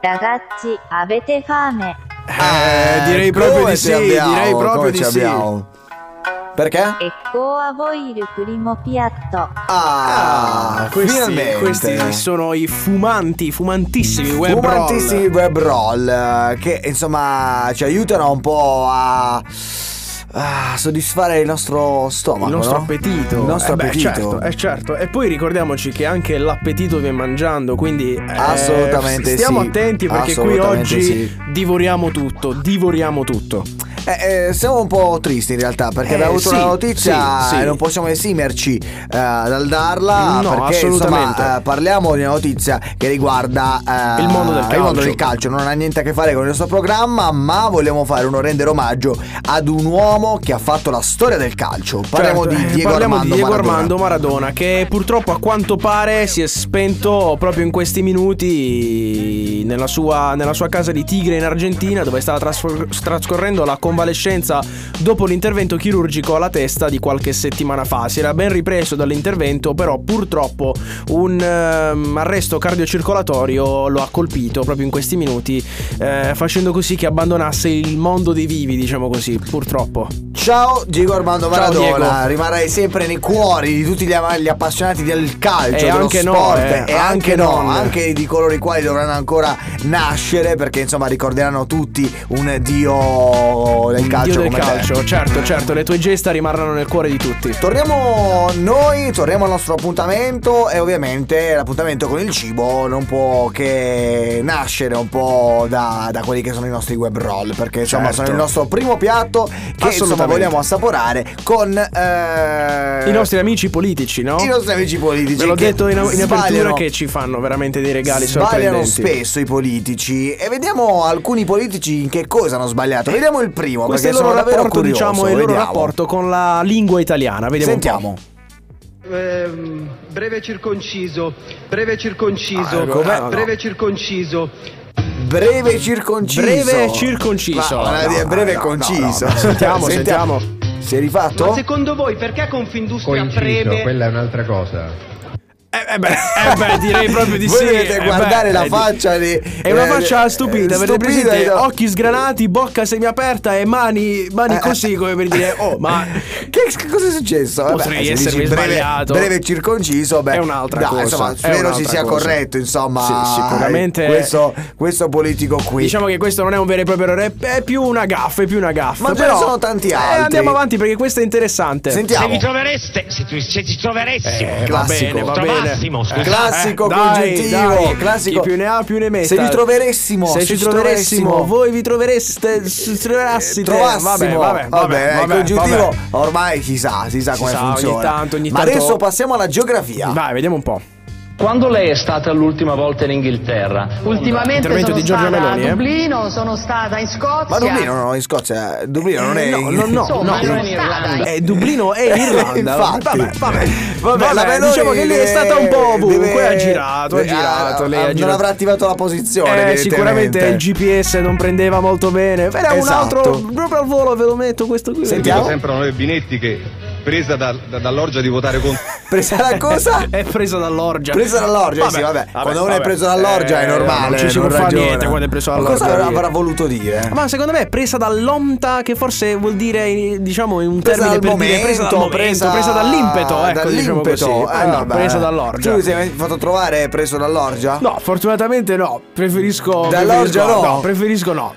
Ragazzi, avete fame? Eh, direi proprio come di ci sì, abbiamo, direi proprio come di ci sì. abbiamo. Perché? Ecco a voi il primo piatto. Ah, Questi, finalmente. questi sono i fumanti, fumantissimi web roll. Fumantissimi web roll eh, che insomma ci aiutano un po' a, a soddisfare il nostro stomaco. Il nostro no? appetito. Il nostro Eh beh, appetito. certo, eh, certo. E poi ricordiamoci che anche l'appetito viene mangiando, quindi... eh, Assolutamente Stiamo sì. attenti perché qui Assolutamente oggi sì. divoriamo tutto, divoriamo tutto. Eh, eh, siamo un po' tristi in realtà perché Eh, abbiamo avuto sì, una notizia sì, sì. e non possiamo esimerci eh, dal darla No, perché assolutamente. insomma eh, parliamo di una notizia che riguarda eh, Il mondo del il mondo calcio. del calcio, non ha niente a che fare con il nostro programma ma vogliamo fare uno rendere omaggio ad un uomo che ha fatto la storia del calcio. Parliamo Certo, di eh, Diego parliamo Armando di Diego Maradona. Armando Maradona che purtroppo a quanto pare si è spento proprio in questi minuti nella sua, nella sua casa di Tigre in Argentina dove stava trasfor- trascorrendo la convalescenza dopo l'intervento chirurgico alla testa di qualche settimana fa. Si era ben ripreso dall'intervento però purtroppo un ehm, arresto cardiocircolatorio lo ha colpito proprio in questi minuti eh, facendo così che abbandonasse il mondo dei vivi diciamo così purtroppo. Ciao Diego Armando Ciao, Maradona, Diego. rimarrai sempre nei cuori di tutti gli, ama- gli appassionati del calcio, E dello anche no, sport eh, e anche, anche no, non. anche di coloro i quali dovranno ancora nascere perché insomma ricorderanno tutti un dio del Dio calcio del come te. calcio, certo, certo, le tue gesta rimarranno nel cuore di tutti. Torniamo noi, torniamo al nostro appuntamento e ovviamente l'appuntamento con il cibo non può che nascere un po' da, da quelli che sono i nostri web roll perché insomma Certo. sono il nostro primo piatto che insomma Assolutamente. vogliamo assaporare con eh, I nostri amici politici, no? i nostri amici politici. Ve l'ho che detto in, in apertura sbagliano- che ci fanno veramente dei regali Sbagliano sorprendenti. spesso i politici e vediamo alcuni politici in che cosa hanno sbagliato. Vediamo il primo Eh, Questo è perché il loro sono davvero rapporto, curioso. diciamo, è il loro Vediamo. rapporto con la lingua italiana. Vediamo un po'. Sentiamo. Ehm, breve circonciso, breve circonciso, Ah, ecco, beh, no. breve circonciso. Breve e circonciso. Breve e circonciso. Ma, ma, No, dire no, breve e no, conciso. no, no. Sentiamo, sentiamo. Si è Ma rifatto? secondo voi perché Confindustria Coinciso, preme? quella è un'altra cosa. Eh, eh beh, eh beh, direi proprio di Voi sì. dovete eh guardare beh, la eh, faccia di- È una eh, faccia eh, stupita, perché stupita, presente no. occhi sgranati, bocca semiaperta e mani, mani Eh, così come per dire "Oh, ma Che, che cosa è successo? Potrei se essermi dici breve, sbagliato. Breve e circonciso, beh, È un'altra dai, cosa, Insomma, è spero si un'altra sia cosa. corretto. Insomma, eh, Sì, sicuramente- Questo, questo politico qui. Diciamo che questo non è un vero e proprio rap, è più una gaffa, è più una gaffa. Ma ce ne però- sono tanti Eh, altri. andiamo avanti perché questo è interessante. Se Sentiamo. vi trovereste, se, tu- se ti troveressimo, Eh, va classico. bene, va Trovassimo, scusa. bene. Classico dai, congiuntivo, dai, classico. Chi più ne ha più ne metta. Se vi troveressimo, se, se ci ci troveressimo, troveressimo. Eh, voi vi trovereste, si trovassite. trovassimo ecco, Vabbè, vabbè, vabbè, il vabbè, congiuntivo vabbè. ormai si sa si sa Si come sa, ogni funziona tanto, ogni ma tanto- adesso passiamo alla geografia Vai, vediamo un po'. Quando lei è stata l'ultima volta in Inghilterra? Ultimamente Intervento sono di Giorgio stata Meloni, eh. a Dublino, sono stata in Scozia. ma Dublino non in Scozia Dublino non è Eh, no, no, no, Insomma, no. non è in Irlanda. Eh, Dublino è in Irlanda. eh, Infatti. Vabbè, vabbè. Vabbè, Vabbè, la Meloni diciamo che lei è deve- stata un po' ovunque, deve- ha girato, ha deve- girato, ah, lei ah, ha Non girato. avrà attivato la posizione. Eh, evidentemente. sicuramente il GPS non prendeva molto bene. Però un Esatto. altro proprio al volo ve lo metto questo qui. Sentiamo. Dico sempre a noi Binetti che presa da- da- dall'orgia di votare contro Presa la cosa? È preso dall'orgia. Preso dall'orgia, sì, vabbè. Quando uno è preso dall'orgia è Eh, normale. Non ci si non può fare ragiona. niente quando è preso Ma dall'orgia. Cosa via. avrà voluto dire? Ma secondo me è presa dall'omta, che forse vuol dire, eh, diciamo, in un Presa termine dal per momento, dire presa dal momento, presa, dall'impeto, ecco, diciamo dall'impeto. così. Eh, Eh, no, vabbè. presa dall'orgia. Tu ti sei mai fatto trovare preso dall'orgia? No, fortunatamente no, preferisco Dall'orgia preferisco- no. preferisco no.